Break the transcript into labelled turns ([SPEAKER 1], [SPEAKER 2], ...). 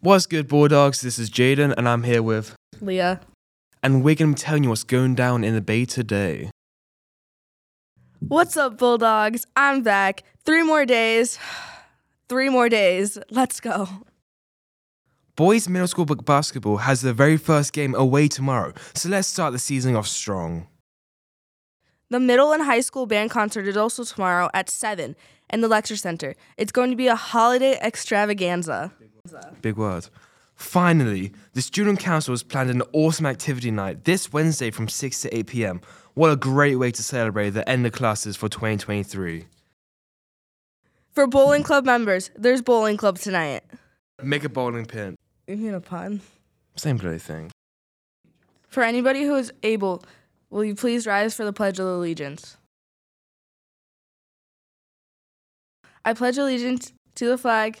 [SPEAKER 1] What's good, Bulldogs? This is Jaden, and I'm here with.
[SPEAKER 2] Leah.
[SPEAKER 1] And we're going to be telling you what's going down in the Bay today.
[SPEAKER 2] What's up, Bulldogs? I'm back. Three more days. Three more days. Let's go.
[SPEAKER 1] Boys Middle School b- Basketball has their very first game away tomorrow, so let's start the season off strong.
[SPEAKER 2] The middle and high school band concert is also tomorrow at 7 in the lecture center. It's going to be a holiday extravaganza.
[SPEAKER 1] Big word. Finally, the Student Council has planned an awesome activity night this Wednesday from 6 to 8 pm. What a great way to celebrate the end of classes for 2023.
[SPEAKER 2] For bowling club members, there's bowling club tonight.
[SPEAKER 1] Make a bowling pin.
[SPEAKER 2] You mean a pun?
[SPEAKER 1] Same bloody thing.
[SPEAKER 2] For anybody who is able, will you please rise for the Pledge of Allegiance? I pledge allegiance to the flag